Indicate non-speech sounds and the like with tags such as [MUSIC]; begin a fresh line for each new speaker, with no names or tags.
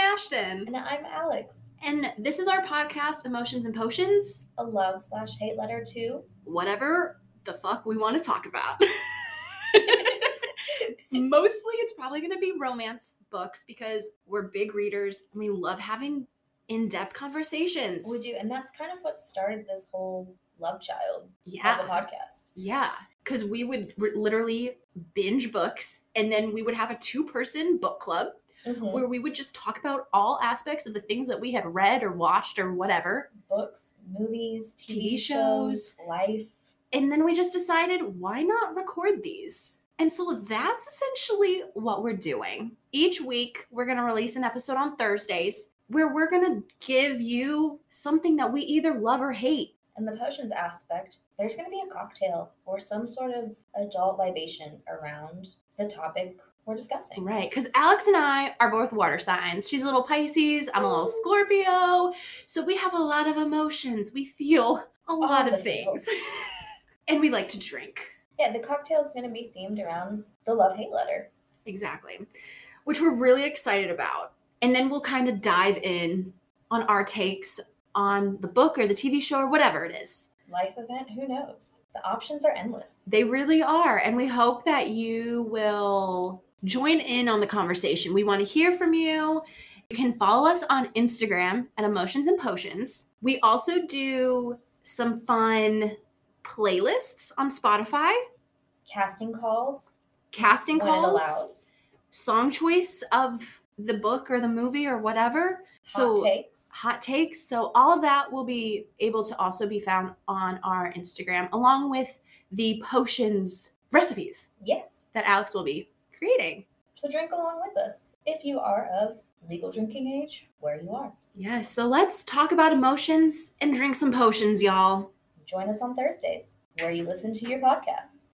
Ashton,
And I'm Alex.
and this is our podcast, Emotions and Potions,
A love slash hate letter to
whatever the fuck we want to talk about. [LAUGHS] Mostly, it's probably going to be romance books because we're big readers and we love having in depth conversations.
we do, and that's kind of what started this whole love child of the
Yeah.
podcast.
Yeah. Because we would r- literally binge books and then we would have a two person book club
Mhm.
where we would just talk about all aspects of the things that we had read or watched or whatever.
Books, movies, TV,
TV
shows,
shows.
life.
And then we just decided, why not record these? And so that's essentially what we're doing. Each week, we're going to release an episode on Thursdays where we're going to give you something that we either love or hate.
And the potions aspect, there's going to be a cocktail or some sort of adult libation around the topic we're discussing.
Right. Because Alex and I are both water signs. She's a little Pisces, I'm a little Scorpio. So we have a lot of emotions. We feel a lot
of
of
the feels.
things. [LAUGHS] and we like to drink.
Yeah, the cocktail is going to be themed around the love hate letter.
Exactly. Which we're really excited about. And then we'll kind of dive in on our takes on the book or the TV show or whatever it is.
Life event, who knows? The options are endless.
They really are. And we hope that you will join in on the conversation. We want to hear from you. You can follow us on Instagram at Emotions and Potions. We also do some fun playlists on Spotify,
Casting calls,
casting
when
calls.
it allows,
song choice of the book or the movie or whatever. So
hot takes.
hot takes. So all of that will be able to also be found on our Instagram along with the potions recipes
Yes.
that Alex will be creating.
So drink along with us if you are of legal drinking age, where you are.
Yeah, so let's talk about emotions and drink some potions, y'all.
Join us on Thursdays, where you listen to your podcasts.